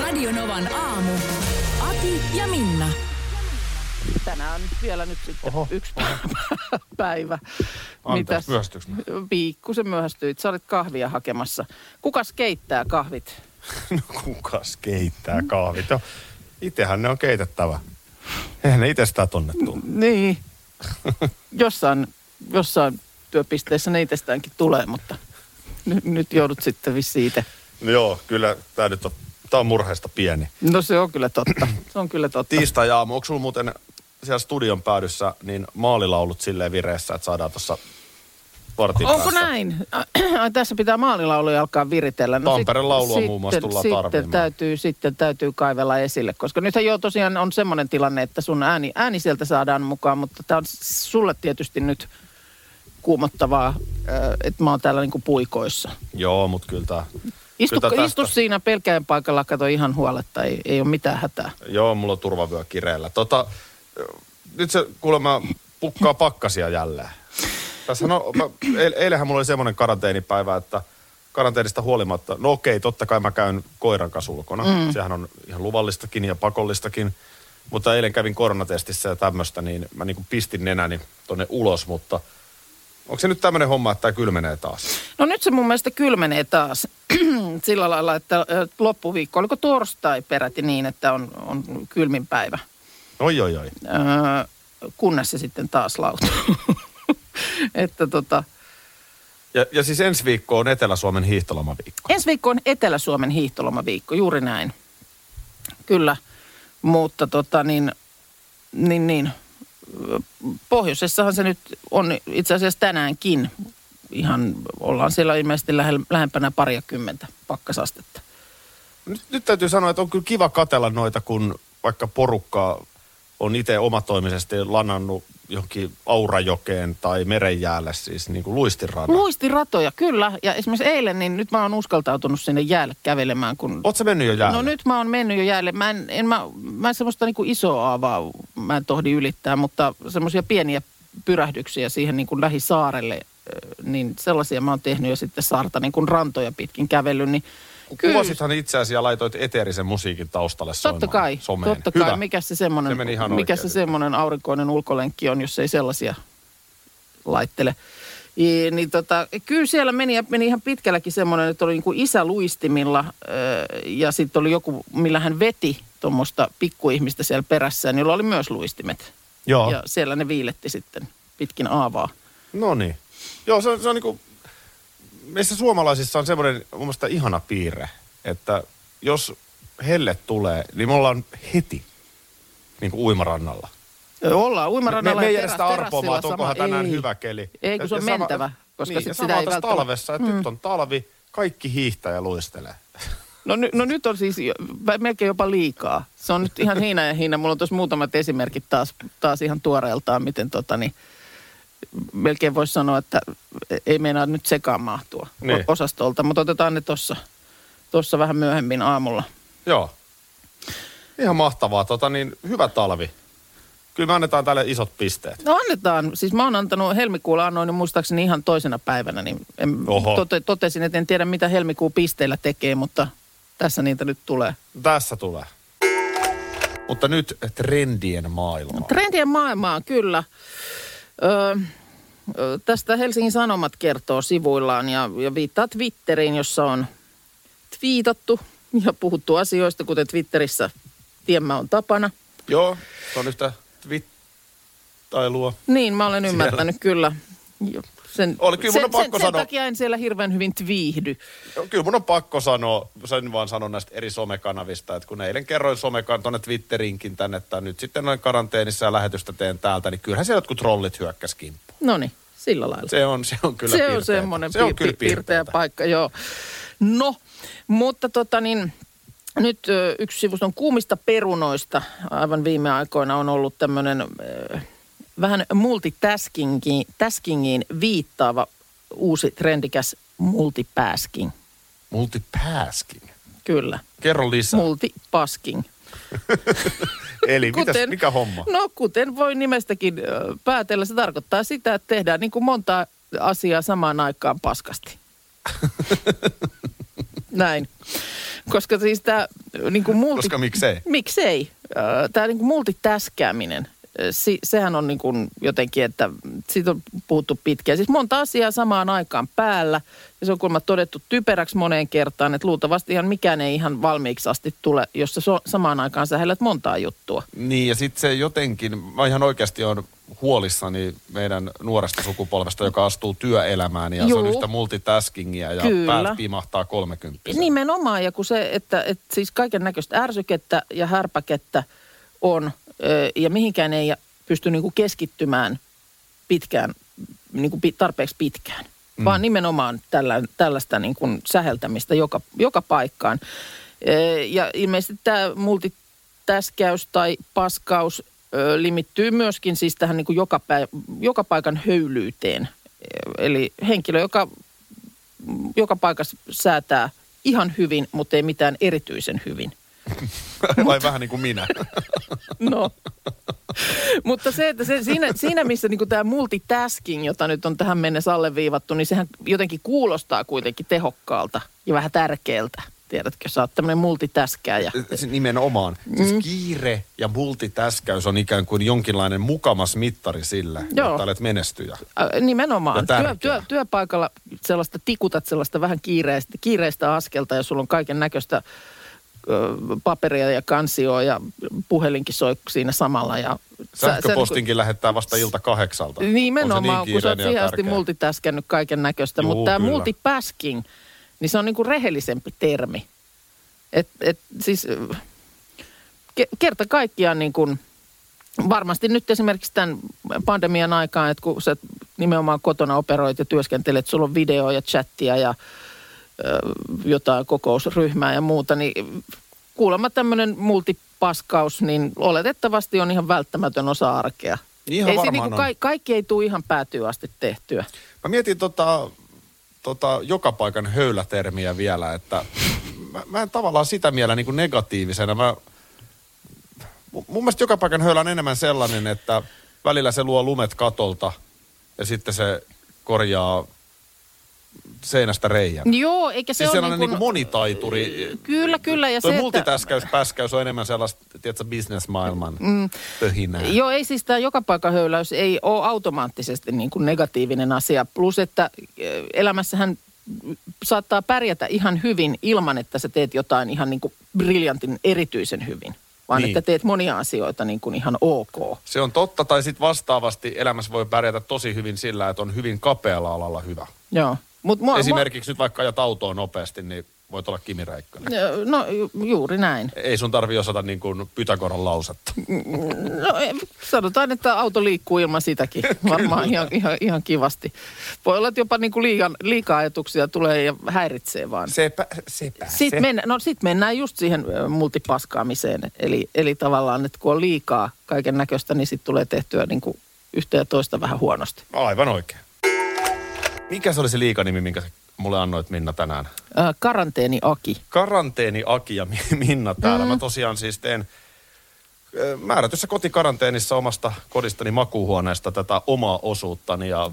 Radionovan aamu. Ati ja Minna. Tänään vielä nyt sitten Oho. Oho. yksi pä- päivä. Anteeksi, myöhästyks mä? Pikkusen myöhästyit. Sä olit kahvia hakemassa. Kukas keittää kahvit? No kukas keittää kahvit? No, itehän ne on keitettävä. Eihän ne itsestään tonne tuu. Niin. Jossain, jossain työpisteessä ne itsestäänkin tulee, mutta n- nyt joudut sitten vissiin itse. No joo, kyllä tää nyt on, tää on murheesta pieni. No se on kyllä totta. Se on kyllä totta. Tiistai-aamu, onko sulla muuten siellä studion päädyssä niin maalilaulut silleen vireessä, että saadaan tuossa vartin Onko päästä? näin? Ai, Tässä pitää maalilauluja alkaa viritellä. No Tampereen sit- laulua muun muassa tullaan sitten tarvitsemaan. täytyy, sitten täytyy kaivella esille, koska nythän jo tosiaan on semmoinen tilanne, että sun ääni, ääni sieltä saadaan mukaan, mutta tämä on s- sulle tietysti nyt kuumottavaa, ö, että mä oon täällä niinku puikoissa. Joo, mutta kyllä tää... Istu, kyllä tää istu tästä- siinä pelkään paikalla, kato ihan huoletta, ei, ei ole mitään hätää. Joo, mulla on turvavyö kireellä. Tota, nyt se kuulemma pukkaa pakkasia jälleen. Tässä on, mä, eil- eilähän mulla oli semmoinen karanteenipäivä, että karanteenista huolimatta, no okei, totta kai mä käyn koiran kanssa ulkona. Mm. Sehän on ihan luvallistakin ja pakollistakin. Mutta eilen kävin koronatestissä ja tämmöistä, niin mä niinku pistin nenäni tonne ulos, mutta onko se nyt tämmöinen homma, että tämä kylmenee taas? No nyt se mun mielestä kylmenee taas sillä lailla, että ö, loppuviikko, oliko torstai peräti niin, että on, on kylmin päivä? Oi, oi, oi. Öö, kunnes se sitten taas lautuu. että tota, Ja, ja siis ensi viikko on Etelä-Suomen hiihtolomaviikko. ensi viikko on Etelä-Suomen hiihtolomaviikko, juuri näin. Kyllä, mutta tota niin, niin, niin. Pohjoisessahan se nyt on itse asiassa tänäänkin. Ihan ollaan siellä ilmeisesti lähel, lähempänä parikymmentä pakkasastetta. Nyt, nyt täytyy sanoa, että on kyllä kiva katella noita, kun vaikka porukka on itse omatoimisesti lanannut johonkin Aurajokeen tai merenjäälle siis niin kuin luistinrannan. Lu- Luistiratoja, kyllä. Ja esimerkiksi eilen, niin nyt mä oon uskaltautunut sinne jäälle kävelemään, kun Oletko mennyt jo jäälle? No nyt mä oon mennyt jo jäälle. Mä en, en, mä, mä en semmoista niinku isoa aavaa, mä en tohdi ylittää, mutta semmoisia pieniä pyrähdyksiä siihen niin kuin lähisaarelle, ö, niin sellaisia mä oon tehnyt jo sitten saarta niin kuin rantoja pitkin kävellyt, niin Kun kyllä, Kuvasithan itseäsi ja laitoit eteerisen musiikin taustalle soimaan totta kai, someen. totta Hyvä. kai, mikä se semmoinen, Se meni ihan mikä oikein se nyt. semmoinen aurinkoinen ulkolenkki on, jos ei sellaisia laittele. I, niin tota, kyllä siellä meni, ja meni ihan pitkälläkin semmoinen, että oli niin kuin isä luistimilla ö, ja sitten oli joku, millä hän veti tuommoista pikkuihmistä siellä perässä, jolla oli myös luistimet. Joo. Ja siellä ne viiletti sitten pitkin aavaa. No niin. Joo, se on, se on niin kuin, meissä suomalaisissa on semmoinen mun mielestä ihana piirre, että jos helle tulee, niin me ollaan heti niin kuin uimarannalla. Ö, Ollaan uimarannalla me, me ei ja edes terä- sitä arpomaa, terassilla että onkohan sama- tänään ei. hyvä keli. Ei, kun se Ja- on ja sama- mentävä, koska niin, sit ja sitä sama ei tässä välttämättä- Mm. talvessa, että nyt on talvi, kaikki hiihtää ja luistelee. No, ny, no nyt on siis jo- vä- melkein jopa liikaa. Se on nyt ihan hiina ja hiina. Mulla on tuossa muutamat esimerkit taas, taas ihan tuoreeltaan, miten tota niin, melkein voisi sanoa, että ei meinaa nyt sekaan mahtua Niin. niin. osastolta, mutta otetaan ne tuossa tossa vähän myöhemmin aamulla. Joo. Ihan mahtavaa, tota niin, hyvä talvi. Kyllä me annetaan tälle isot pisteet. No annetaan, siis mä oon antanut helmikuulla annoin niin muistaakseni ihan toisena päivänä, niin en, Oho. tote, totesin, että en tiedä mitä helmikuun pisteillä tekee, mutta tässä niitä nyt tulee. Tässä tulee. Mutta nyt trendien maailma. Trendien maailmaa, kyllä. Öö, ö, tästä Helsingin Sanomat kertoo sivuillaan ja, ja viittaa Twitteriin, jossa on twiitattu ja puhuttu asioista, kuten Twitterissä tiemmä on tapana. Joo, se on yhtä twittailua. Niin, mä olen ymmärtänyt kyllä. Jo, Sen, Oli, kyllä mun sen, on pakko sen, sen sanoa. takia en siellä hirveän hyvin tviihdy. Joo, Kyllä mun on pakko sanoa, sen vaan sanon näistä eri somekanavista, että kun eilen kerroin somekan tuonne Twitterinkin tänne, että nyt sitten olen karanteenissa ja lähetystä teen täältä, niin kyllähän siellä jotkut trollit hyökkäs kimppuun. No niin, sillä lailla. Se on, se on kyllä se on piirteetä. semmoinen se on pi- kyllä pi- piirteä piirteetä. paikka, joo. No, mutta tota niin, Nyt ö, yksi sivuston kuumista perunoista aivan viime aikoina on ollut tämmöinen ö, vähän multitaskingiin viittaava uusi trendikäs multipäsking. Multitasking. Kyllä, Kerro lisää. multipasking. Eli Niin mitäs, mikä homma? No kuten voi nimestäkin ö, päätellä, se tarkoittaa sitä, että tehdään niin kuin monta asiaa samaan aikaan paskasti. Näin. Koska siis tämä niin kuin multi... Koska miksei? Miksei? Tämä niin multitäskääminen, ö, si- sehän on niin kuin jotenkin, että siitä on puhuttu pitkään. Siis monta asiaa samaan aikaan päällä ja se on kuulemma todettu typeräksi moneen kertaan, että luultavasti ihan mikään ei ihan valmiiksi asti tule, jos sä so- samaan aikaan sähellät montaa juttua. Niin, ja sitten se jotenkin, mä ihan oikeasti on huolissani meidän nuoresta sukupolvesta, joka astuu työelämään ja se on Juu. yhtä multitaskingia ja Kyllä. päät pimahtaa 30. Nimenomaan, ja kun se, että, että siis kaiken näköistä ärsykettä ja härpäkettä on, ö, ja mihinkään ei pysty niinku keskittymään pitkään, niinku pi- tarpeeksi pitkään. Mm. Vaan nimenomaan tällä, tällaista niinku säheltämistä joka, joka paikkaan. Ö, Ja ilmeisesti tämä multitäskäys tai paskaus ö, limittyy myöskin siis tähän niinku joka, päi- joka paikan höylyyteen. Ö, Eli henkilö, joka joka paikassa säätää ihan hyvin, mutta ei mitään erityisen hyvin. Vai vähän niin kuin minä. No. mutta se, että se, siinä, siinä, missä niin tämä multitasking, jota nyt on tähän mennessä alleviivattu, niin sehän jotenkin kuulostaa kuitenkin tehokkaalta ja vähän tärkeältä. Tiedätkö, sä oot tämmöinen multitäskääjä. Si- Äh, Nimenomaan. Mm. Siis kiire ja multitäskäys on ikään kuin jonkinlainen mukamas mittari sillä, Joo. että olet menestyjä. Ä, Nimenomaan. Ja Työ, tärkeä. työ, työpaikalla sellaista tikutat sellaista vähän kiireistä, kiireistä askelta ja sulla on kaiken näköistä paperia ja kansioa ja puhelinkin soi siinä samalla. Ja sä- sä niinku- Sähköpostinkin lähettää vasta ilta kahdeksalta. Nimenomaan, On se niin kun sä oot kiireinen ja siihen asti tärkeä. multitäskännyt kaiken näköistä. Juu, Mutta tämä kyllä. multitasking, niin se on niinku rehellisempi termi. Et, et, siis, äh, ke- kerta kaikkiaan niin kuin, varmasti nyt esimerkiksi tämän pandemian aikaan, että kun sä nimenomaan kotona operoit ja työskentelet, sulla on videoa ja chattia ja ö, jotain kokousryhmää ja muuta, niin kuulemma tämmöinen multipaskaus, niin oletettavasti on ihan välttämätön osa arkea. Niin Ihan ei se varmaan niinku on. ka- kaikki ei tule ihan päätyyn asti tehtyä. Mä mietin tota, tota joka paikan höylätermiä vielä, että mä, mä en tavallaan sitä mielellä niin negatiivisena. Mä, mu- mun mielestä joka paikan höylä on enemmän sellainen, että välillä se luo lumet katolta ja sitten se korjaa seinästä reijän. Joo, eikä se siis ole niinku sellainen niin kuin monitaituri. Kyllä, kyllä. Ja Toi se, että- multitäskäys, päskäys on enemmän sellaista, tiedätkö, bisnesmaailman mm. pöhinää. Joo, ei siis tämä joka paikan höyläys ei ole automaattisesti niin kuin negatiivinen asia. Plus, että eh, elämässähän saattaa pärjätä ihan hyvin ilman, että sä teet jotain ihan niin kuin briljantin erityisen hyvin. Vaan Niin. niin. että teet monia asioita niin kuin ihan ok. Se on totta, tai sitten vastaavasti elämässä voi pärjätä tosi hyvin sillä, että on hyvin kapealla alalla hyvä. Joo. Mut mua, Esimerkiksi nyt vaikka ajat autoa nopeasti, niin voit olla Kimi Räikkönen. Mua, Ö, no ju- juuri näin. Ei sun tarvi osata niin kuin Pythagoran lausetta. No ei, sanotaan, että auto liikkuu ilman sitäkin. Varmaan ihan, ihan, ihan kivasti. Voi olla, että jopa niin kuin liian, liikaa ajatuksia tulee ja häiritsee vaan. Sepä, sepä, Sitten mennä, no sit mennään just siihen ö, multipaskaamiseen. Eli, eli tavallaan, että kun on liikaa kaiken näköistä, niin sitten tulee tehtyä niin kuin yhtä ja toista vähän huonosti. Aivan oikein. Mikä se oli se liikanimi, minkä sä mulle annoit Minna tänään? Ö, Karanteeni Aki. Karanteeni Aki ja Mi- Minna täällä. Mm. Mä tosiaan siis teen ö, määrätyssä kotikaranteenissa omasta kodistani makuuhuoneesta tätä omaa osuuttani ja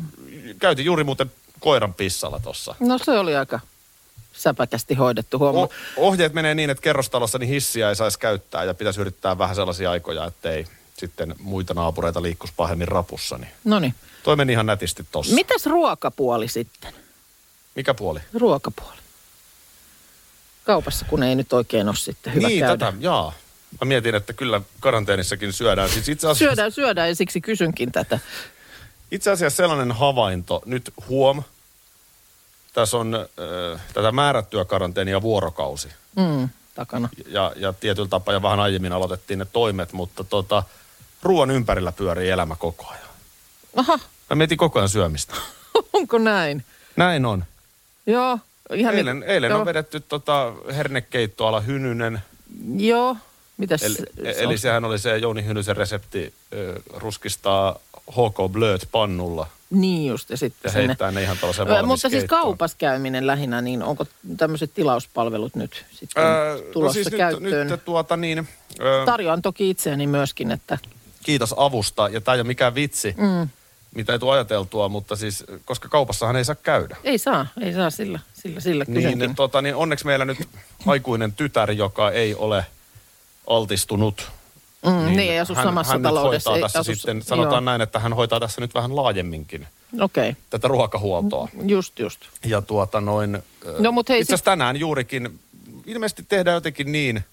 käytin juuri muuten koiran pissalla tossa. No se oli aika säpäkästi hoidettu huomaa. O- ohjeet menee niin, että kerrostalossa niin hissiä ei saisi käyttää ja pitäisi yrittää vähän sellaisia aikoja, ettei sitten muita naapureita liikkuisi pahemmin rapussa. Niin. No niin. Toi meni ihan nätisti tossa. Mitäs ruokapuoli sitten? Mikä puoli? Ruokapuoli. Kaupassa, kun ei nyt oikein ole sitten hyvä niin, käydä. tätä, jaa. Mä mietin, että kyllä karanteenissakin syödään. Siis itse asiassa, Syödään, syödään ja siksi kysynkin tätä. itse asiassa sellainen havainto, nyt huom, tässä on äh, tätä määrättyä karanteenia vuorokausi. Mm, takana. ja, ja tietyllä tapaa ja vähän aiemmin aloitettiin ne toimet, mutta tota, ruoan ympärillä pyörii elämä koko ajan. Aha, Mä mietin koko ajan syömistä. onko näin? Näin on. Joo. Ihan Eilen, niin, eilen joo. on vedetty tota hernekeittoala Hynynen, Joo, mitäs Eli, se eli on? sehän oli se Jouni Hynysen resepti ö, ruskistaa HK Blöt pannulla Niin just, ja sitten ja sinne. heittää ne ihan tällaisen Ö, valmis Mutta siis keittoon. kaupassa käyminen lähinnä, niin onko tämmöiset tilauspalvelut nyt sitten Öö, tulossa no siis käyttöön? Nyt, nyt tuota niin, öö, Tarjoan toki itseäni myöskin, että kiitos avusta, ja tämä ei ole mikään vitsi, mm. mitä ei tule ajateltua, mutta siis, koska kaupassahan ei saa käydä. ei saa, ei saa sillä, sillä, sillä Niin, kysynkin. tota, niin onneksi meillä nyt aikuinen tytär, joka ei ole altistunut. Mm, niin, ei asu hän, samassa hän nyt taloudessa, Hoitaa ei tässä asu- sitten, joo. sanotaan näin, että hän hoitaa tässä nyt vähän laajemminkin Okei, okay. tätä ruokahuoltoa. just just. Ja tuota noin, ö, No, mut hei, itse asiassa tänään juurikin, ilmeisesti tehdään jotenkin niin,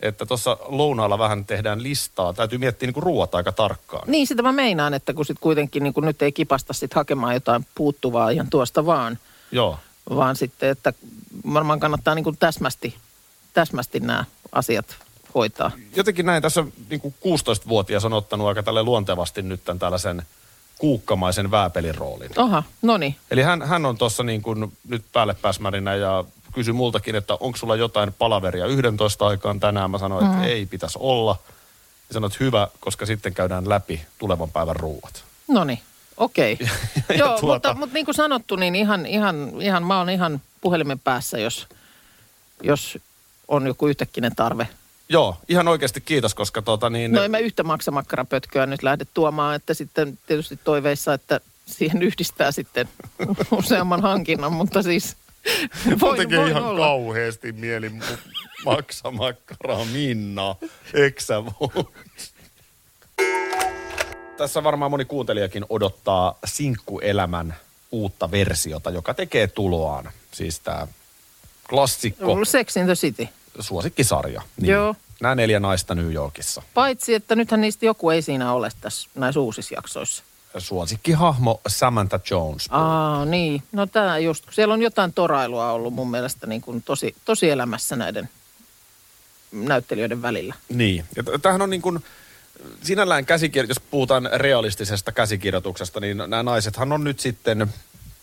että tuossa lounaalla vähän tehdään listaa. Täytyy miettiä niin ruoat aika tarkkaan. Niin, sitä mä meinaan, että kun sit kuitenkin niin kun nyt ei kipasta sit hakemaan jotain puuttuvaa ihan tuosta vaan, Joo. vaan sitten, että varmaan kannattaa niin kuin täsmästi, täsmästi nämä asiat hoitaa. jotenkin näin tässä niin kuin 16-vuotias on ottanut aika tälle luontevasti nyt tämän tällaisen kuukkamaisen vääpelin roolin. Aha, no niin. Eli hän, hän on tuossa niin kuin nyt päälle pääsmärinä ja kysyi multakin, että onko sulla jotain palaveria 11 aikaan tänään. Mä sanoin, Mm. että ei pitäisi olla. Ja sanoin, että hyvä, koska sitten käydään läpi tulevan päivän ruuat. No niin, okei. ja Joo, tuota- mutta, mutta niin kuin sanottu, niin ihan, ihan, ihan, mä oon ihan puhelimen päässä, jos, jos on joku yhtäkkinen tarve. Joo, ihan oikeasti kiitos, koska tota niin... No en mä yhtä maksamakkarapötköä nyt lähde tuomaan, että sitten tietysti toiveissa, että siihen yhdistää sitten useamman hankinnan, mutta siis Mun voin, tekee voin ihan olla. kauheasti mieli mu- maksamakkaraa Minna, eksä voi? Tässä varmaan moni kuuntelijakin odottaa sinkkuelämän uutta versiota, joka tekee tuloaan. Siis tämä klassikko, Sex in the City. suosikkisarja. Joo. Nämä neljä naista New Yorkissa. Paitsi, että nythän niistä joku ei siinä ole tässä näissä uusissa jaksoissa. Suosikkihahmo Samantha Jones. Aa, niin. No tämä just, kun siellä on jotain torailua ollut mun mielestä niin kuin tosi, tosi elämässä näiden näyttelijöiden välillä. Niin. Ja t- tämähän on niin kuin, sinällään käsikir- jos puhutaan realistisesta käsikirjoituksesta, niin nämä naisethan on nyt sitten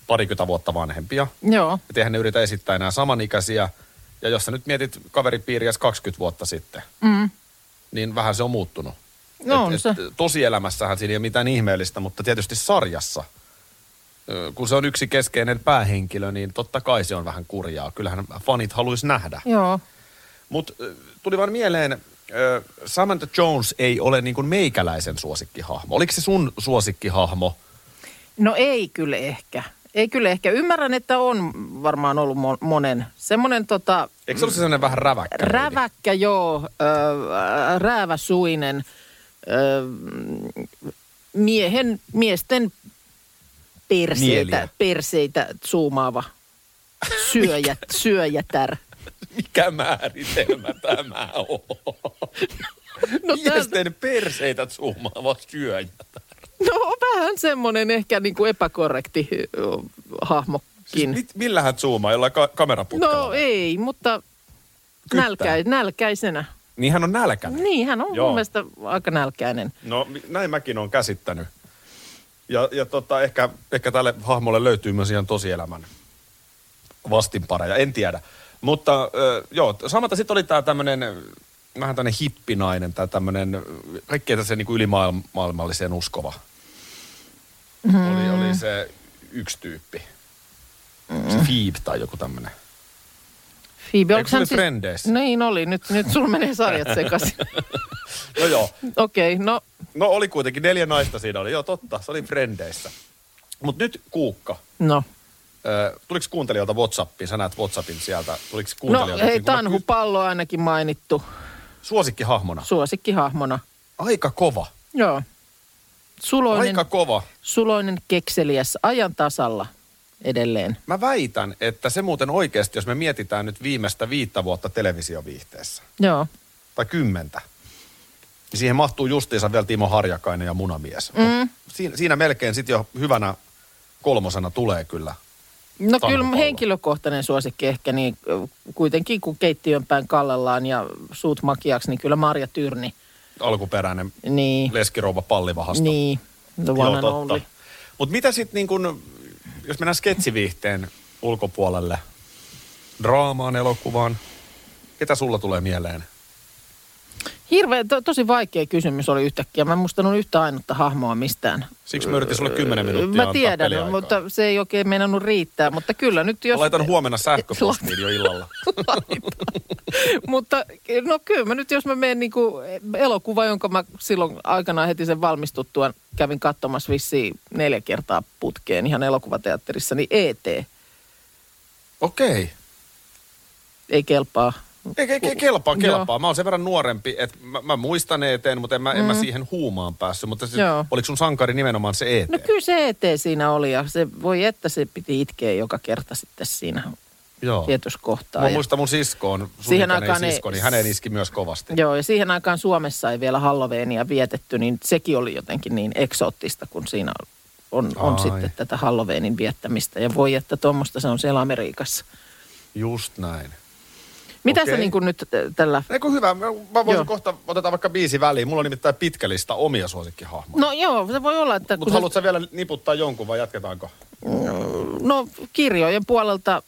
parikymmentä vuotta vanhempia. Joo, Et eihän ne yritä esittää enää samanikäisiä. Ja jos sä nyt mietit kaveripiiriäsi 20 vuotta sitten, mm. niin vähän se on muuttunut. No on se. tosielämässähän siinä ei ole mitään ihmeellistä, mutta tietysti sarjassa, ö, kun se on yksi keskeinen päähenkilö, niin totta kai se on vähän kurjaa. Kyllähän fanit haluaisi nähdä. joo. Mutta tuli vaan mieleen, ö, Samantha Jones ei ole niin kuin meikäläisen suosikkihahmo. Oliko se sun suosikkihahmo? No ei kyllä ehkä. Ei kyllä ehkä. Ymmärrän, että on varmaan ollut mon- monen. Semmoinen tota, Eikö se ollut sellainen vähän räväkkä? leidi? räväkkä, joo, ö, rääväsuinen, ö, miehen, miesten Mieliä. perseitä, perseitä zoomaava syöjä, syöjätär. Mikä määritelmä tämä on? No, tää, Miesten perseitä zoomaava syöjä. no vähän semmoinen ehkä niin kuin epäkorrekti ö, Siis hahmokin. mit, millä hän zoomaa? Jollain ka- kameraputkalla? No ei, mutta Kyttää. nälkä, nälkäisenä. Niin hän on nälkäinen. Niin, hän on Joo. Joo. mun mielestä aika nälkäinen. No mi- näin mäkin olen käsittänyt. Ja, ja tota, ehkä, ehkä tälle hahmolle löytyy myös ihan tosielämän vastinpareja, en tiedä. Mutta ö, joo, samalta sitten oli tämä tämmöinen vähän tämmöinen hippinainen tai tämmöinen kaikkea tässä niinku ylimaailmalliseen uskova. Mm. Oli, oli se yksi tyyppi. Se Phoebe tai joku tämmöinen. Phoebe, Eikö se oli Frendeissä? Niin oli, nyt, nyt sulla menee sarjat sekaisin. No joo, Okei, okay, no no oli kuitenkin neljä naista siinä oli, joo totta, se oli Frendeissä. Mutta nyt Kuukka, No, Ö, tuliko kuuntelijoilta Whatsappiin? Sä näet Whatsapin sieltä. Tuliko no kuuntelijoilta? hei, Kun mä Tanhu ky- Pallo on ainakin mainittu Suosikkihahmona. suosikkihahmona. Aika kova. Joo. Suloinen, Aika kova. suloinen kekseliäs, ajan tasalla edelleen. Mä väitän, että se muuten oikeasti, jos me mietitään nyt viimeistä viittä vuotta televisioviihteessä, Joo, tai kymmentä, niin siihen mahtuu justiinsa vielä Timo Harjakainen ja Munamies. Mm. Siinä, siinä melkein sitten jo hyvänä kolmosena tulee kyllä. No Tanhu kyllä Pallo. henkilökohtainen suosikki ehkä, niin ö, kuitenkin kun keittiön päin kallellaan ja suut makiaksi, niin kyllä Marja Tyrni. Alkuperäinen Niin, leskirouva pallivahasta. niin, the one and only. Mutta mitä sitten, niin kun, jos mennään sketsiviihteen ulkopuolelle, draamaan, elokuvaan, ketä sulla tulee mieleen? Hirveä, to, tosi vaikea kysymys oli yhtäkkiä. Mä en muistanut yhtä ainutta hahmoa mistään. Siksi mä yritin sulle 10 minuuttia Öö, Mä tiedän, mutta se ei oikein meinannut riittää. Mutta kyllä nyt jos... Jos... Laitan huomenna sähköpostiin jo illalla. Mutta no kyllä mä nyt, jos mä menen niin elokuva, jonka mä silloin aikanaan heti sen valmistuttua kävin katsomassa vissiin neljä kertaa putkeen ihan elokuvateatterissa, niin ET Okei. Okay. ei kelpaa. No Ei, ei, ei, kelpaa, Joo. kelpaa. Mä oon sen verran nuorempi, että mä, mä muistan eteen, mutta en mä, mm. en mä siihen huumaan päässyt. Mutta sit, Joo. oliko sun sankari nimenomaan se E eteen? No kyllä se ET siinä oli ja se voi että se piti itkeä joka kerta sitten siinä Joo. tietyssä kohtaa. Mä Ja- muistan mun siskoon, sun Siihen Siihen aikaan ei- sisko, niin häneen iski myös kovasti. Joo, ja siihen aikaan Suomessa ei vielä Halloweenia vietetty, niin sekin oli jotenkin niin eksoottista, kun siinä on, on Ai. sitten tätä Halloweenin viettämistä. Ja voi, että tuommoista se on siellä Amerikassa. Just näin. Mitä sä Okei. niin kuin nyt äh, tällä... Ei kun hyvä, mä mä voisin Joo. Joo. kohta, otetaan vaikka biisi väliin. Mulla on nimittäin pitkä lista omia suosikkihahmoja. No joo, se voi olla, että... Mutta kun haluatko sä vielä niputtaa jonkun vai jatketaanko? se, no kirjojen puolelta...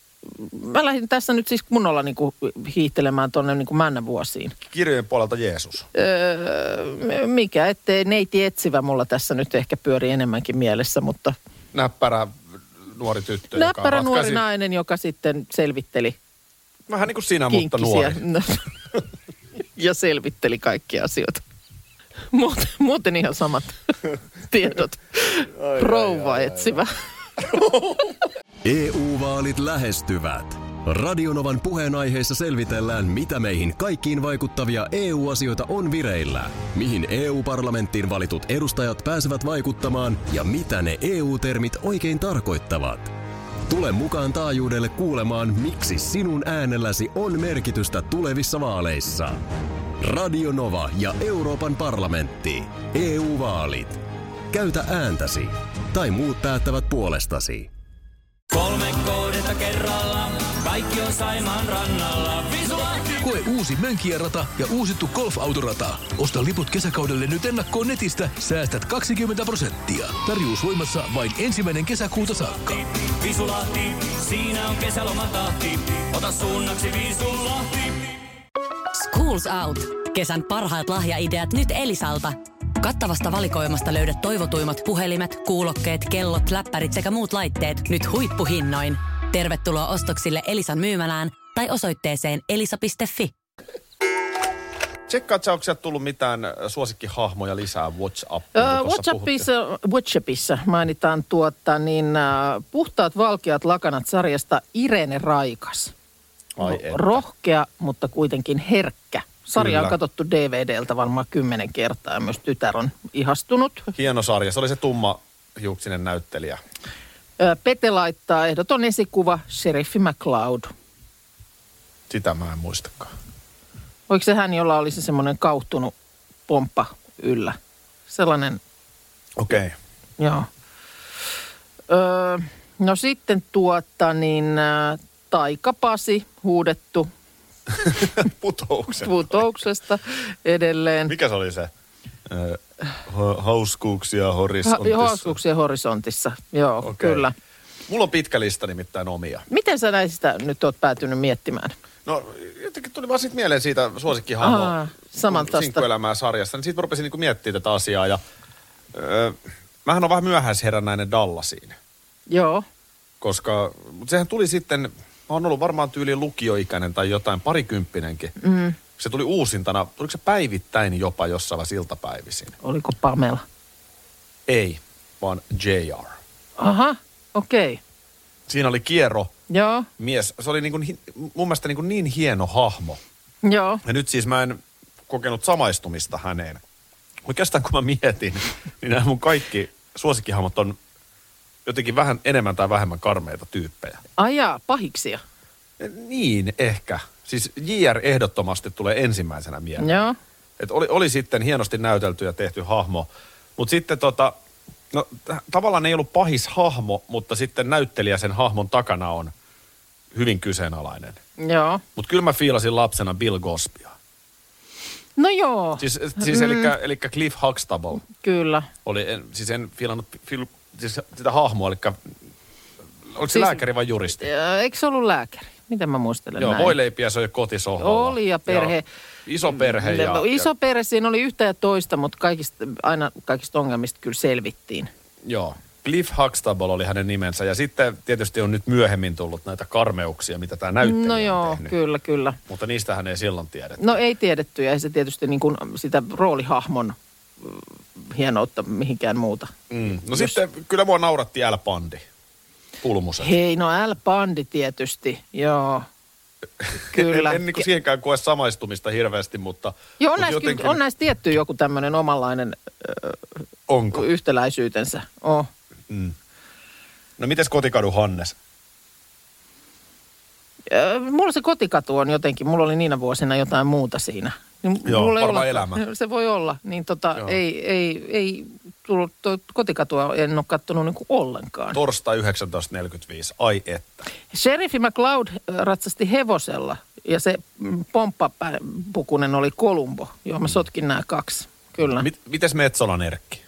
Mä lähdin tässä nyt siis kunnolla niin kuin hiihtelemään tuonne niin kuin männävuosiin. Kirjojen puolelta Jeesus. Öö, mikä, ettei neiti etsivä mulla tässä nyt ehkä pyöri enemmänkin mielessä, mutta... Näppärä nuori tyttö, Näppärä joka nuori ratkaisi- nainen, joka sitten selvitteli Vähän niin kuin sinä, mutta kinkkisiä. nuori. No, ja selvitteli kaikkia asioita. Muuten, muuten ihan samat tiedot. Rouva etsivä. EU-vaalit E lähestyvät. Radionovan puheenaiheessa selvitellään, mitä meihin kaikkiin vaikuttavia EU-asioita on vireillä, mihin EU-parlamenttiin valitut edustajat pääsevät vaikuttamaan ja mitä ne EU-termit oikein tarkoittavat. Tule mukaan taajuudelle kuulemaan, miksi sinun äänelläsi on merkitystä tulevissa vaaleissa. Radio Nova ja Euroopan parlamentti. EU-vaalit. Käytä ääntäsi. Tai muut päättävät puolestasi. Kolme kohdetta kerralla, kaikki on Saimaan rannalla. Visulahti! Koe uusi Mönkijärata ja uusittu golfautorata. Osta liput kesäkaudelle nyt ennakkoon netistä, säästät 20 prosenttia. Tarjous voimassa vain ensimmäinen kesäkuuta saakka. Visulahti, siinä on kesälomatahti. Ota suunnaksi Visulahti! Schools Out. Kesän parhaat lahjaideat nyt Elisalta. Kattavasta valikoimasta löydät toivotuimmat puhelimet, kuulokkeet, kellot, läppärit sekä muut laitteet nyt huippuhinnoin. Tervetuloa ostoksille Elisan myymälään tai osoitteeseen elisa.fi. Tsekkaat sä, onko sieltä tullut mitään äh, suosikkihahmoja lisää WhatsAppiin? Ö, kun tuossa puhuttiin? Äh, WhatsAppissa, WhatsAppissa mainitaan tuota, niin äh, puhtaat valkeat lakanat sarjasta Irene Raikas. Ai että. Rohkea, mutta kuitenkin herkkä. Sarja on Kyllä. katsottu DVDltä varmaan kymmenen kertaa ja myös tytär on ihastunut. Hieno sarja. Se oli se tumma hiuksinen näyttelijä. Ö, Pete laittaa ehdoton esikuva Sheriffi McLeod. Sitä mä en muistakaan. Oliko se hän, jolla oli se semmoinen kauhtunut pomppa yllä? Sellainen, Okei. Okay. joo. Öö, no sitten tuota niin, ä, taikapasi huudettu Putouksen. puutouksesta edelleen. Mikä se oli se? Ö, ho- Hauskuuksia Ha- horisontissa. Haaskuuksien horisontissa, joo, okay. Okei. kyllä. Mulla on pitkä lista nimittäin omia. Miten sä näistä nyt oot päätynyt miettimään? No jotenkin tuli vaan sit mieleen siitä suosikkihahmo. Aa, saman tästä. Sinkkuelämää sarjasta. Niin sit mä rupesin niinku miettimään tätä asiaa ja... Öö, mähän on vähän myöhäisherännäinen Dallasiin. Joo, koska mut sehän tuli sitten, mä oon ollut varmaan tyyli lukioikäinen tai jotain, parikymppinenkin. Mm-hmm. Mm. Se tuli uusintana, tuliko se päivittäin jopa jossain vaiheessa iltapäivisin? oliko Pamela? Ei, vaan JR. Aha, okei, okay. Siinä oli kierro joo, mies. Se oli niin kuin, mun mielestä niin, kuin niin hieno hahmo. joo. Ja nyt siis mä en kokenut samaistumista häneen. Oikeastaan kun mä mietin, niin nämä mun kaikki suosikkihahmot on jotenkin vähän enemmän tai vähemmän karmeita tyyppejä. Ajaa, pahiksia. Niin, ehkä. Siis JR ehdottomasti tulee ensimmäisenä mieleen. Joo. Et oli, oli sitten hienosti näytelty ja tehty hahmo. Mutta sitten tota, no, t- tavallaan ei ollut pahis hahmo, mutta sitten näyttelijä sen hahmon takana on hyvin kyseenalainen. Joo. Mutta kyllä mä fiilasin lapsena Bill Gospia. No joo, Siis, siis mm. elikkä, elikkä Cliff Huxtable kyllä. oli, en, siis en fiilannut fil, siis sitä hahmoa, elikkä oliko se Siis- lääkäri vai juristi? Ö, Eikö se ollut lääkäri? Miten mä muistelen Joo, näin? voi leipiä söi kotisohvalla. Oli ja perhe. Joo. Iso perhe ja, No, iso ja, perhe, siinä oli yhtä ja toista, mutta kaikista, aina kaikista ongelmista kyllä selvittiin. joo. Cliff Huxtable oli hänen nimensä ja sitten tietysti on nyt myöhemmin tullut näitä karmeuksia, mitä tämä näyttelijä No on joo, tehnyt. kyllä, kyllä. Mutta niistähän ei silloin tiedetty. No ei tiedetty ja ei se tietysti niin kuin sitä roolihahmon mm, hienoutta mihinkään muuta. Mm. No sitten kyllä mua nauratti Älä Pandi. Pulmuset. Hei, no L. Pandi tietysti, joo. Kyllä. En, en niin kuin siihenkään koe samaistumista hirveästi, mutta Joo, on mut näissä, jotenkin... on näissä tietty joku tämmöinen omanlainen onko? ö, yhtäläisyytensä. Oh. No mites kotikadun Hannes? Ö, Mulla se kotikatu on jotenkin, mulla oli niinä vuosina jotain muuta siinä. Niin Joo, mulla ei varmaan ollut- elämä. Se voi olla, niin tota, Joo. ei, ei, ei tullut, to, kotikatua en ole kattonut niin ollenkaan. To- Torstai 19.45, ai että. Sheriffi McLeod ö, ratsasti hevosella ja se mm, pomppapukunen oli Kolumbo, johon mä sotkin nämä kaksi, kyllä. Mit, mites Metsolan Erkki?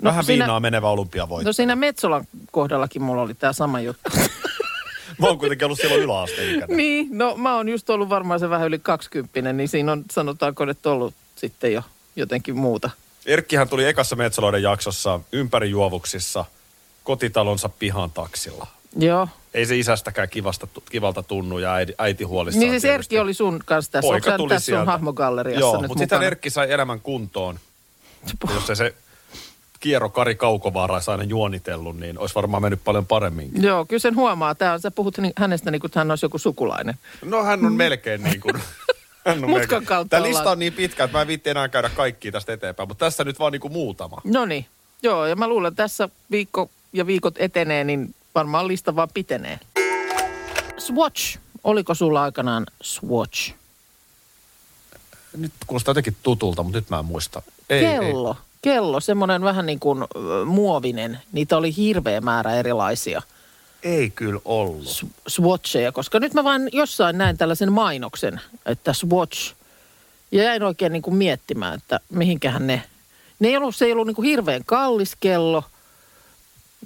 No, Vähän siinä- viinaa menevä olympiavoitto. No siinä Metsolan kohdallakin mulla oli tämä sama juttu. No- Mä oon kuitenkin ollut silloin yläasteikäinen. niin, no mä oon just ollut varmaan se vähän yli kaksikymppinen, niin siinä on sanotaanko nyt ollut sitten jo jotenkin muuta. Erkkihän tuli ekassa Metsoloiden jaksossa ympärijuovuksissa kotitalonsa pihan taksilla. Joo. Ei se isästäkään kivasta, tu- kivalta tunnu ja äiti, äiti huolissaan. Niin siis tietysti. Erkki oli sun kanssa tässä. Poika Onko tuli tässä sieltä. sun hahmogalleriassa Joo, nyt mutta sitten mukana? Erkki sai elämän kuntoon. Ja Jos ei se kierro Kari Kaukovaara olisi aina juonitellut, niin olisi varmaan mennyt paljon paremminkin. Joo, kyllä sen huomaa. Tää on, sä puhut ni- hänestä niin kuin hän olisi joku sukulainen. No hän on melkein niin kuin... hän Mutkan on melkein- kautta Tämä ollaan. lista on niin pitkä, että mä en viitti enää käydä kaikkia tästä eteenpäin, mutta tässä nyt vaan niin kuin muutama. No niin, joo, ja mä luulen, että tässä viikko ja viikot etenee, niin varmaan lista vaan pitenee. Swatch. Oliko sulla aikanaan Swatch? Nyt kuulostaa jotenkin tutulta, mutta nyt mä en muista. Ei, kello. Ei. Kello, semmoinen vähän niin kuin ö, muovinen. Niitä oli hirveä määrä erilaisia Ei, ei kyllä ollut. s- swatcheja, koska nyt mä vaan jossain näin tällaisen mainoksen, että swatch. Ja jäin oikein niin kuin miettimään, että mihinkähän ne... ne ei ollut, se ei ollut niin kuin hirveän kallis kello,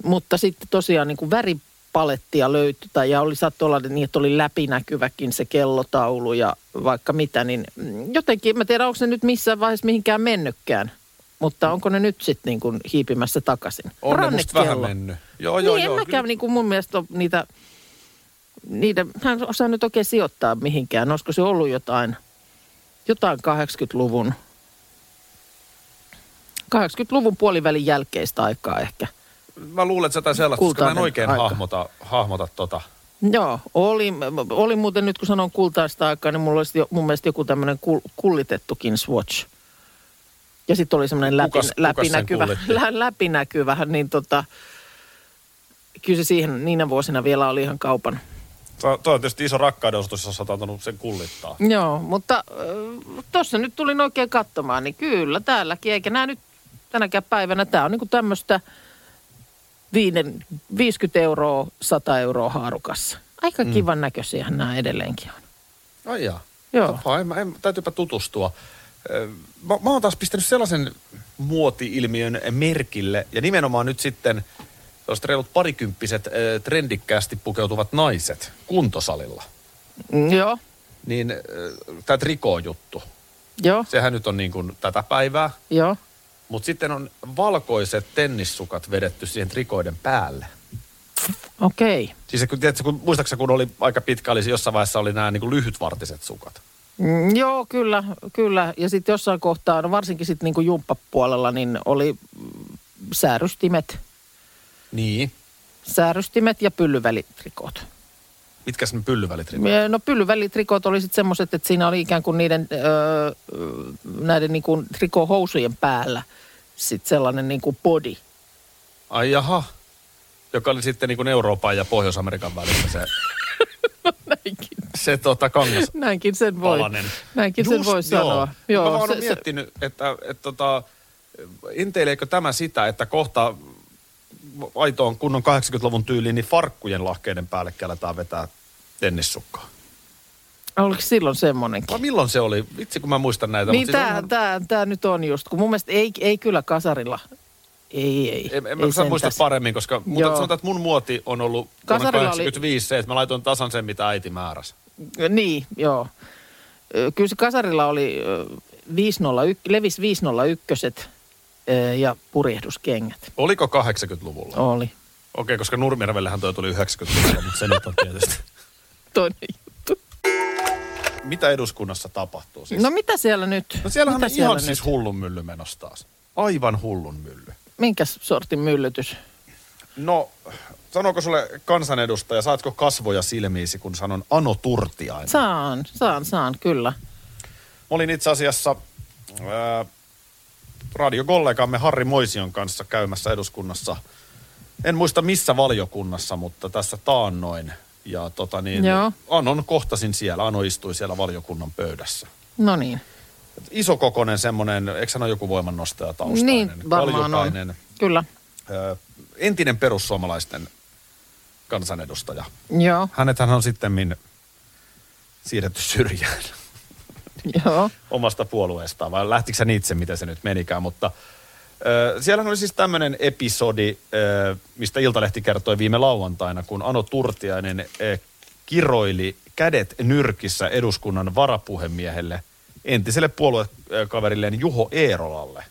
mutta sitten tosiaan niin kuin väripalettia löytyi, tai ja oli saattoi olla niin, että oli läpinäkyväkin se kellotaulu ja vaikka mitä, niin mm, jotenkin, mä tiedä, onko ne nyt missään vaiheessa mihinkään mennytkään, mutta onko ne nyt sitten niin kuin hiipimässä takaisin. On ne musta vähän Rannekello. mennyt. Joo, joo, niin, joo. en mäkään niin kuin mun mielestä ole niitä, niitä, mä en osaa nyt oikein sijoittaa mihinkään. Olisiko se ollut jotain, jotain 80-luvun, 80-luvun puolivälin jälkeistä aikaa ehkä. Mä luulen, että jotain sellaista, koska mä en Kultainen oikein aika. hahmota, hahmota tota. Joo, oli, oli muuten nyt kun sanon kultaista aikaa, niin mulla olisi jo, mun mielestä joku tämmöinen kul, kullitettukin swatch. Ja sitten oli semmoinen läpi, Kukas- kukas läpinäkyvä, sen kullitti? lä, läpinäkyvä, niin tota, kyllä se siihen niinä vuosina vielä oli ihan kaupan. Tuo tuo on tietysti iso rakkaudenosoitus, jos olet antanut sen kullittaa. Joo, mutta tuossa nyt tulin oikein katsomaan, niin kyllä täälläkin, eikä nämä nyt tänäkään päivänä, tämä on niinku tämmöistä 50 euroa, 100 euroa haarukassa. Aika mm. kivan näköisiä nämä edelleenkin on. Ai jaa. Joo. Aha, No en, mä- en, täytyypä tutustua. Ö, Mä, mä oon taas pistänyt sellaisen muoti-ilmiön merkille, ja nimenomaan nyt sitten sellaiset reilut parikymppiset ö, trendikkäästi pukeutuvat naiset kuntosalilla. Mm, joo, Niin tämä trikoo-juttu, joo, sehän nyt on niin kuin tätä päivää, joo. mutta sitten on valkoiset tennissukat vedetty siihen trikoiden päälle. Okei. Siis kun, tiedätkö, kun, muistaakseni kun oli aika pitkä, oli, jossain vaiheessa oli nämä niin lyhytvartiset sukat. Mm, joo, kyllä, kyllä. Ja sitten jossain kohtaa, no varsinkin sitten niinku jumppapuolella, niin oli mm, säärystimet, Niin. säärystimet ja pyllyvälitrikot. Mitkäs ne pyllyvälit riittää? No pyllyvälitrikot oli sitten semmoiset, että siinä oli ikään kuin niiden öö, näiden niin kuin trikohousujen päällä sitten sellainen niin kuin body. Ai jaha. Joka oli sitten niin kuin Euroopan ja Pohjois-Amerikan välillä se, Näinkin, se tota kangas. näinkin sen voi, Palanen. näinkin sen Just voi sanoa. Joo, joo, mä vaan se- oon se- miettinyt, että, että tota, enteileekö tämä sitä, että kohta aitoon kunnon 80-luvun tyyliin, niin farkkujen lahkeiden päälle aletaan vetää tennissukkaa. oliko silloin semmoinenkin? Vai milloin se oli? Vitsi, kun mä muistan näitä. Niin mutta siis tämä, onhan- tämä, tämä nyt on just, kun mun mielestä ei, ei kyllä kasarilla Ei, ei. En, en ei mä saa sen muista tässä. paremmin, koska mutta Joo. sanotaan, että mun muoti on ollut vuonna Kasarilla oli- 85 se, että mä laitoin tasan sen, mitä äiti määräsi. Niin, joo. Ö, Kyllä se kasarilla oli ö, 501, levis 501 ö, ja purjehduskengät. Oliko 80-luvulla? Okei, Oli. okay, koska Nurmijärvellähän toi tuli 90-luvulla, mutta se nyt on tietysti. Toinen juttu. Mitä eduskunnassa tapahtuu siis? No mitä siellä nyt? No siellähän mitä on ihan siis hullun mylly menossa taas. Aivan hullun mylly. Minkäs sortin myllytys? No, sanoko sulle kansanedustaja, saatko kasvoja silmiisi, kun sanon Ano Turtiainen? Sa- Saan, saan, saan, kyllä. Mä olin itse asiassa ää, radiokollegamme Harri Moision kanssa käymässä eduskunnassa. En muista missä valiokunnassa, mutta tässä taannoin. Ja tota niin, Joo. Anon kohtasin siellä, Ano istui siellä valiokunnan pöydässä. No niin. Isokokoinen semmoinen, eikö hän ole joku voimannostaja taustainen? Niin varmaan on. valjupäinen, Kyllä. ö, entinen perussuomalaisten kansanedustaja. Joo, Hänethän on sitten siirretty syrjään joo. omasta puolueestaan, vai lähtikö hän itse, mitä se nyt menikään, mutta ö, siellä oli siis tämmöinen episodi, ö, mistä Iltalehti kertoi viime lauantaina, kun Ano Turtiainen ö, kiroili kädet nyrkissä eduskunnan varapuhemiehelle, entiselle puoluekaverilleen Juho Eerolalle.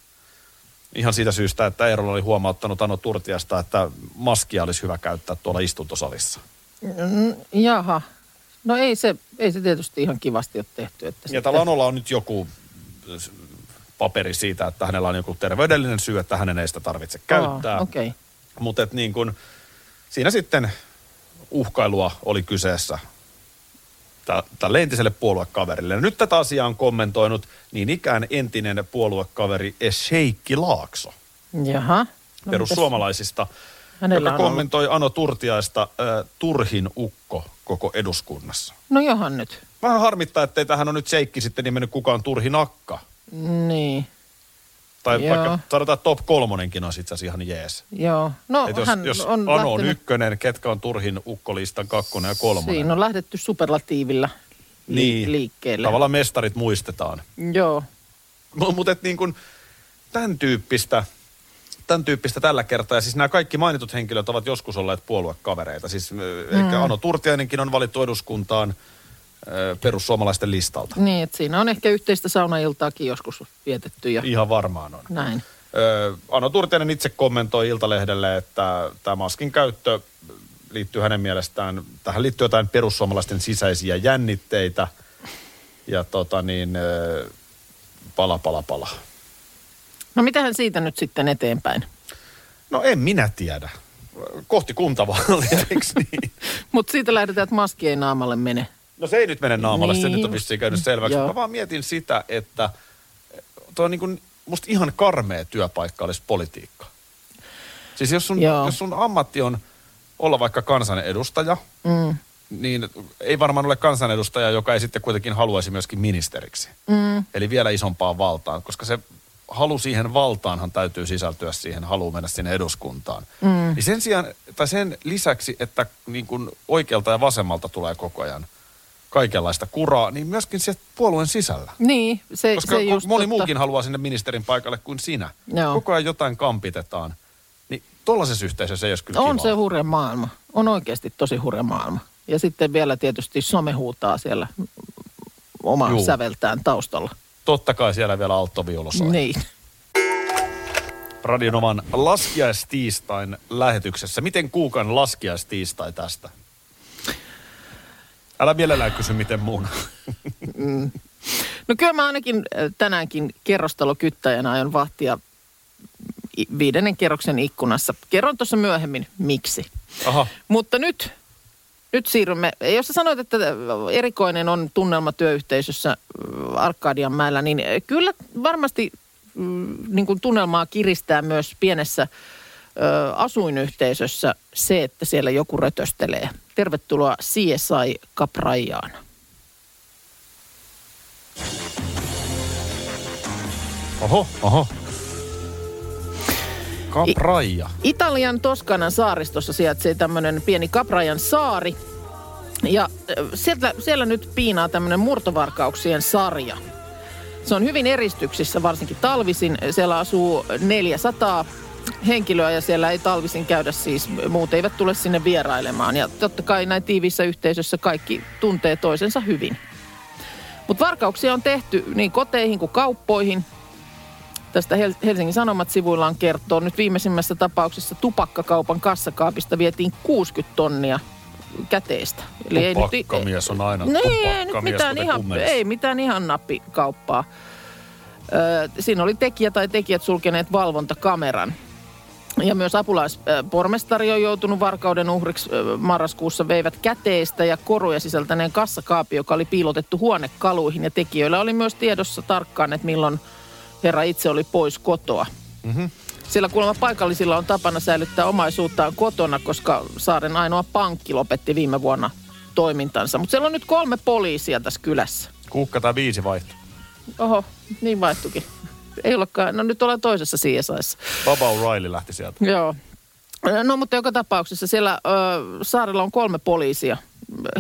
Ihan siitä syystä, että Eerola oli huomauttanut Ano Turtiasta, että maskia olisi hyvä käyttää tuolla istuntosalissa. Jaha. No ei se, ei se tietysti ihan kivasti ole tehty. Että Ja sitten- tällä Anolla on nyt joku s- paperi siitä, että hänellä on joku terveydellinen syy, että hänen ei sitä tarvitse käyttää. Aa, Okei. Okay. Mutta et niin kun, siinä sitten uhkailua oli kyseessä tä- tälle entiselle puoluekaverille. Ja Nyt tätä asiaa on kommentoinut niin ikään entinen puoluekaveri Sheikki Laakso Jaha. no, No perussuomalaisista, Hänellä joka on ollut- kommentoi Ano Turtiaista äh, turhin ukko koko eduskunnassa. mitäs- No johan nyt. Vähän harmittaa, ettei tähän on nyt Sheikki sitten nimennyt kukaan turhin akka. Niin, Tai Joo. Joo. vaikka sanotaan, että top kolmonenkin on itse asiassa ihan jees. joo. No Et jos hän jos on Ano on lähtenyt- ykkönen, ketkä on turhin ukkolistan kakkonen ja kolmonen. Siinä on lähdetty superlatiivilla li- niin, liikkeelle. Tavallaan mestarit muistetaan. Joo, Mutta niin kun, tämän tyyppistä tämän tyyppistä tällä kertaa. Ja siis nämä kaikki mainitut henkilöt ovat joskus olleet puoluekavereita. Siis mm. Ano Turtiainenkin on valittu eduskuntaan ö, perussuomalaisten listalta. niin että siinä on ehkä yhteistä saunailtaakin joskus vietetty ja Ihan varmaan on. näin. Öö, Ano Turtiainen itse kommentoi Iltalehdelle, että tämä maskin käyttö liittyy hänen mielestään, tähän liittyy jotain perussuomalaisten sisäisiä jännitteitä. Ja tota niin, öö, pala pala pala. No mitähän siitä nyt sitten eteenpäin? No en minä tiedä. Kohti kuntavaaleja, eikö niin? Mutta siitä lähdetään, että maski ei naamalle mene. No se ei nyt mene naamalle, niin. se Niin. nyt on vissiin käynyt selväksi. Joo. Mä vaan mietin sitä, että tuo on niin kuin, musta ihan karmea työpaikka olisi politiikka. Siis jos sun, Joo. jos sun ammatti on olla vaikka kansanedustaja, mm. niin ei varmaan ole kansanedustaja, joka ei sitten kuitenkin haluaisi myöskin ministeriksi. Mm. Eli vielä isompaan valtaan, koska se halu siihen valtaanhan täytyy sisältyä siihen halu mennä sinne eduskuntaan. Mm. Ja sen, sijaan, tai sen lisäksi, että niin kuin oikealta ja vasemmalta tulee koko ajan kaikenlaista kuraa, niin myöskin se puolueen sisällä. Niin, se, Koska se kun just moni totta. muukin haluaa sinne ministerin paikalle kuin sinä. Joo. Koko ajan jotain kampitetaan. Niin tollaisessa yhteisössä ei olisi kyllä On kivaa. se hurja maailma. On oikeasti tosi hurja maailma. Ja sitten vielä tietysti some huutaa siellä omaa Juu. Juu. säveltään taustalla. Totta kai siellä vielä alttoviulu soi. Niin. Radionoman laskiaistiistain lähetyksessä. Miten kuukan laskiaistiistai tästä? Älä mielellään kysy, miten muun. No kyllä mä ainakin äh, tänäänkin kerrostalokyttäjänä aion vahtia i- viidennen kerroksen ikkunassa. Kerron tuossa myöhemmin, miksi. Aha, Mutta nyt, nyt siirrymme. Jos sä sanoit, että erikoinen on tunnelma työyhteisössä äh, Arkadianmäellä, niin äh, kyllä varmasti mm, niin kuin tunnelmaa kiristää myös pienessä ö, asuinyhteisössä se, että siellä joku rötöstelee. Tervetuloa CSI Kaprajaan. oho, oho. Kapraija. Italian Toskanan saaristossa sijaitsee tämmöinen pieni Kaprajan saari. Ja äh, sieltä, siellä nyt piinaa tämmöinen murtovarkauksien sarja. Se on hyvin eristyksissä, varsinkin talvisin. Siellä asuu 400 henkilöä ja siellä ei talvisin käydä siis, muut eivät tule sinne vierailemaan. Ja totta kai näin tiiviissä yhteisössä kaikki tuntee toisensa hyvin. Mutta varkauksia on tehty niin koteihin kuin kauppoihin. Tästä Hel- Helsingin Sanomat sivuillaan kertoo. Nyt viimeisimmässä tapauksessa tupakkakaupan kassakaapista vietiin 60 tonnia käteistä. Tupakkamies on aina No ei, ei nyt tupakkamies, mitään kuten ihan, kummelis. ei mitään ihan nappikauppaa. Öö, siinä oli tekijä tai tekijät sulkeneet valvontakameran. Ja myös apulaispormestari on joutunut varkauden uhriksi ö, marraskuussa. Veivät käteistä ja koruja sisältäneen kassakaapi, joka oli piilotettu huonekaluihin. Ja tekijöillä oli myös tiedossa tarkkaan, että milloin herra itse oli pois kotoa. Mm-hmm. Sillä kuulemma paikallisilla on tapana säilyttää omaisuuttaan kotona, koska saaren ainoa pankki lopetti viime vuonna toimintansa. Mutta siellä on nyt kolme poliisia tässä kylässä. Kuukka tai viisi vaihto. Oho, niin vaihtukin. Ei olekaan. No nyt ollaan toisessa CSIssa. Baba O'Reilly lähti sieltä. Joo. No mutta joka tapauksessa siellä ö, saarella on kolme poliisia.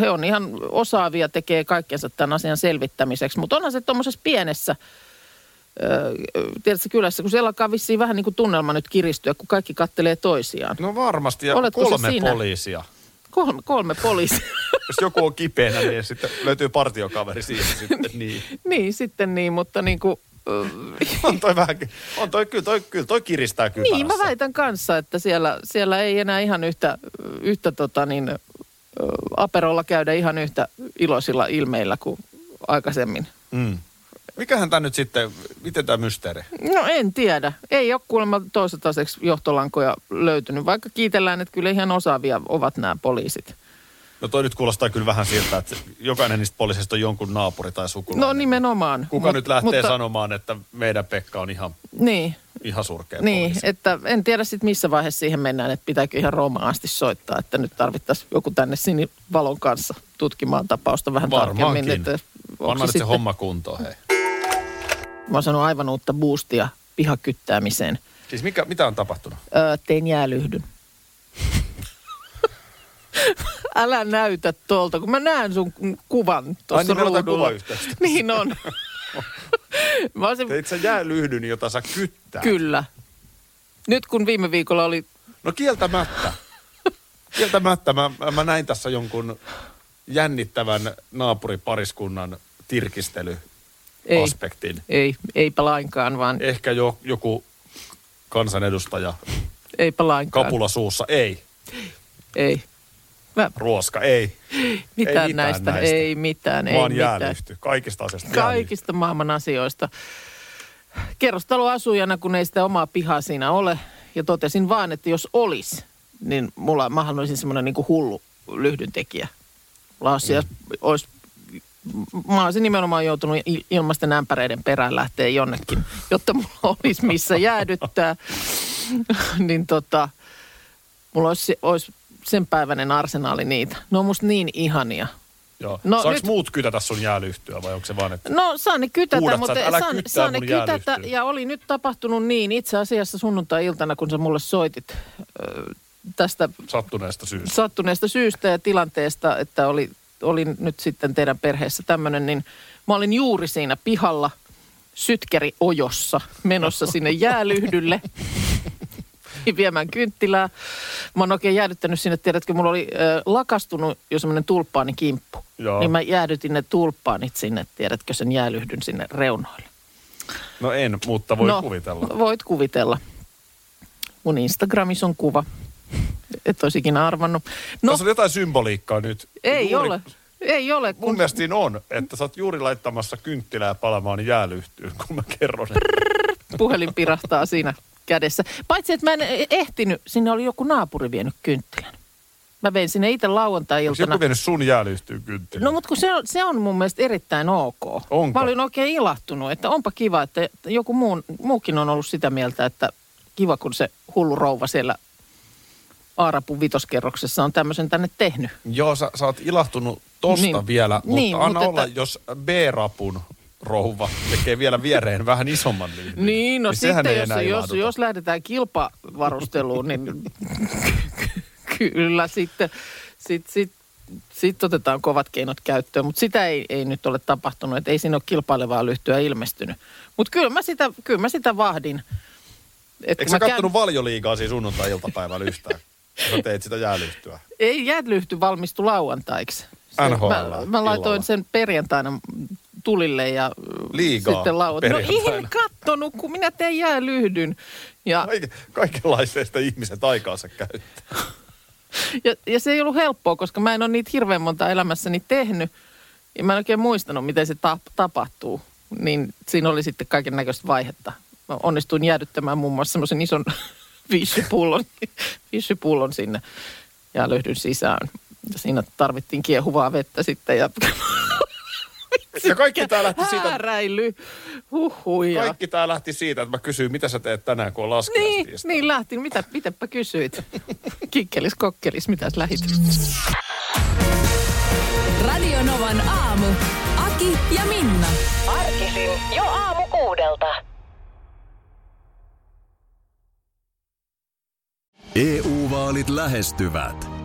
He on ihan osaavia, tekee kaikkensa tämän asian selvittämiseksi. Mutta onhan se tuommoisessa pienessä, ö, tiedätkö kylässä, kun siellä alkaa vissiin vähän niin kuin tunnelma nyt kiristyä, kun kaikki kattelee toisiaan. No varmasti, ja Oletko sä kolme siinä? poliisia. Kolme, kolme poliisia. Jos joku on kipeänä, niin sitten löytyy partiokaveri siihen sitten. Niin. niin, sitten niin, mutta niin kuin... ö, On toi vähän, on toi, kyllä, toi, kyllä, toi kiristää kypärässä. Niin, mä väitän kanssa, että siellä, siellä ei enää ihan yhtä, yhtä tota niin, ö, aperolla käydä ihan yhtä iloisilla ilmeillä kuin aikaisemmin. Mm. Mikähän tämä nyt sitten, miten tämä mysteeri? No en tiedä. Ei ole kuulemma toistaiseksi johtolankoja löytynyt, vaikka kiitellään, että kyllä ihan osaavia ovat nämä poliisit. No toi nyt kuulostaa kyllä vähän siltä, että jokainen niistä poliiseista on jonkun naapuri tai sukulainen. No nimenomaan. Kuka Mut- nyt lähtee sanomaan, että meidän Pekka on ihan, Niin, ihan surkea niin poliisi? että en tiedä sitten missä vaiheessa siihen mennään, että pitääkö ihan Roomaan asti soittaa, että nyt tarvittaisiin joku tänne sinivalon kanssa tutkimaan tapausta vähän tarkemmin. Varmaankin. Että onko Anna nyt se sitten- homma kuntoon, hei. Mä oon saanut aivan uutta boostia pihakyttäämiseen. Siis mikä, mitä on tapahtunut? Öö, tein jäälyhdyn. Älä näytä tuolta, kun mä näen sun kuvan Ai tuossa niin, meillä on tää ruudulla. kuvayhteys. niin on. mä olisin, Teit sä jäälyhdyn, jota sä kyttää. kyllä. Nyt kun viime viikolla oli, No kieltämättä. Kieltämättä. Mä, mä- mä näin tässä jonkun jännittävän naapuripariskunnan Ei. tirkistely-aspektin. ei, eipä lainkaan, vaan Ehkä jo, joku kansanedustaja eipä lainkaan. kapula suussa. Ei. Ei. Mä, Ruoska. Ei. mitään, mitään näistä. näistä. ei mitään, Mä ei oon mitään. jäälyhty. Kaikista asioista jäälyhty. kaikista maailman asioista. Kerrostaloasujana, kun ei sitä omaa pihaa siinä ole. Ja totesin vaan, että jos olisi, niin mulla, mä haluaisin semmoinen niin hullu lyhdyntekijä. Laussi, mm. olisi, mä olisin nimenomaan joutunut il- ilmaisten ämpäreiden perään lähteä jonnekin, jotta mulla olisi missä jäädyttää. niin tota, mulla olisi, olisi sen päiväinen arsenaali niitä. Ne on musta niin ihania. Joo. No No, Saanko nyt- nyt... muut kytätä sun jäälyhtyä vai onko se vaan, että... No saa ne kytätä, Huudat sä, mutta että älä saa, kyttää saa ne mun kytätä. jäälyhtyä. Ja oli nyt tapahtunut niin, itse asiassa sunnuntai-iltana, kun sä mulle soitit ö, tästä sattuneesta syystä? sattuneesta syystä ja tilanteesta, että oli, oli nyt sitten teidän perheessä tämmöinen, niin mä olin juuri siinä pihalla sytkeriojossa menossa sinne jäälyhdylle viemään kynttilää. Mä oon oikein jäädyttänyt sinne, tiedätkö, mulla oli ö, lakastunut jo semmoinen tulppaanikimppu. Joo. Niin mä jäädytin ne tulppaanit sinne, tiedätkö, sen jäälyhdyn sinne reunoille. No en, mutta voi no. kuvitella. Voit kuvitella. Mun Instagramissa on kuva. Et olisi ikinä arvannut. No, No. Tässä on jotain symboliikkaa nyt. ei Juuri- ole. Ei ole, Mun kun mielestä siinä on, että sä oot juuri laittamassa kynttilää palamaan jäälyhtyyn, kun mä kerron. että- puhelin pirahtaa siinä kädessä. Paitsi, että mä en ehtinyt, sinne oli joku naapuri vienyt kynttilän. Mä vein sinne itse Onks lauantai-iltana. joku vienyt sun jäälyhtyyn kynttilän? No mutta kun se on, se on mun mielestä erittäin ok. Onko? Mä olin oikein ilahtunut, että onpa kiva, että joku muun, muukin on ollut sitä mieltä, että kiva kun se hullu rouva siellä Aarapun vitoskerroksessa on tämmöisen tänne tehnyt. Joo, sä, sä oot ilahtunut tosta Niin. niin. vielä, mutta Niin, niin, mutta anna mutta olla, että- että... jos B-rapun rouva tekee vielä viereen vähän isomman liivin. Niin, no sehän sitten ei jos, enää jos, ilahduta. jos lähdetään kilpavarusteluun, niin kyllä sitten sit, sit, sit otetaan kovat keinot käyttöön. Mutta sitä ei, ei nyt ole tapahtunut, että ei siinä ole kilpailevaa lyhtyä ilmestynyt. Mutta kyllä, mä sitä- kyllä mä sitä vahdin. Et Eikö kun sä mä käyn- kattonut valioliigaa siis sunnuntai-iltapäivällä yhtään? Sä teit sitä jäälyhtyä. Ei jäälyhty valmistu lauantaiksi. NHL mä, mä laitoin illalla. sen perjantaina tulille ja Liigaa sitten lauantaina. No perjantaina. ihan kattonut, kun minä teen jäälyhdyn. Ja, Kaik- Kaikenlaisesta ihmiset aikaansa käyttää. ja, ja se ei ollut helppoa, koska mä en ole niitä hirveän monta elämässäni tehnyt. Ja mä en oikein muistanut, miten se tap, tapahtuu. Niin siinä oli sitten kaiken näköistä vaihetta. Mä onnistuin jäädyttämään muun muassa semmoisen ison viisipullon, viisipullon sinne ja löydyn sisään. Ja siinä tarvittiin kiehuvaa vettä sitten ja Ja kaikki tää lähti siitä, Hääräily, huhuja. kaikki tää lähti siitä että mä kysyin, mitä sä teet tänään, kun on Niin, laskiaistiistai. niin lähti. Mitä, mitäpä kysyit? Kikkelis, kokkelis, mitäs lähit? Radio Novan aamu. Aki ja Minna. Arkisin jo aamu kuudelta. EU-vaalit E lähestyvät.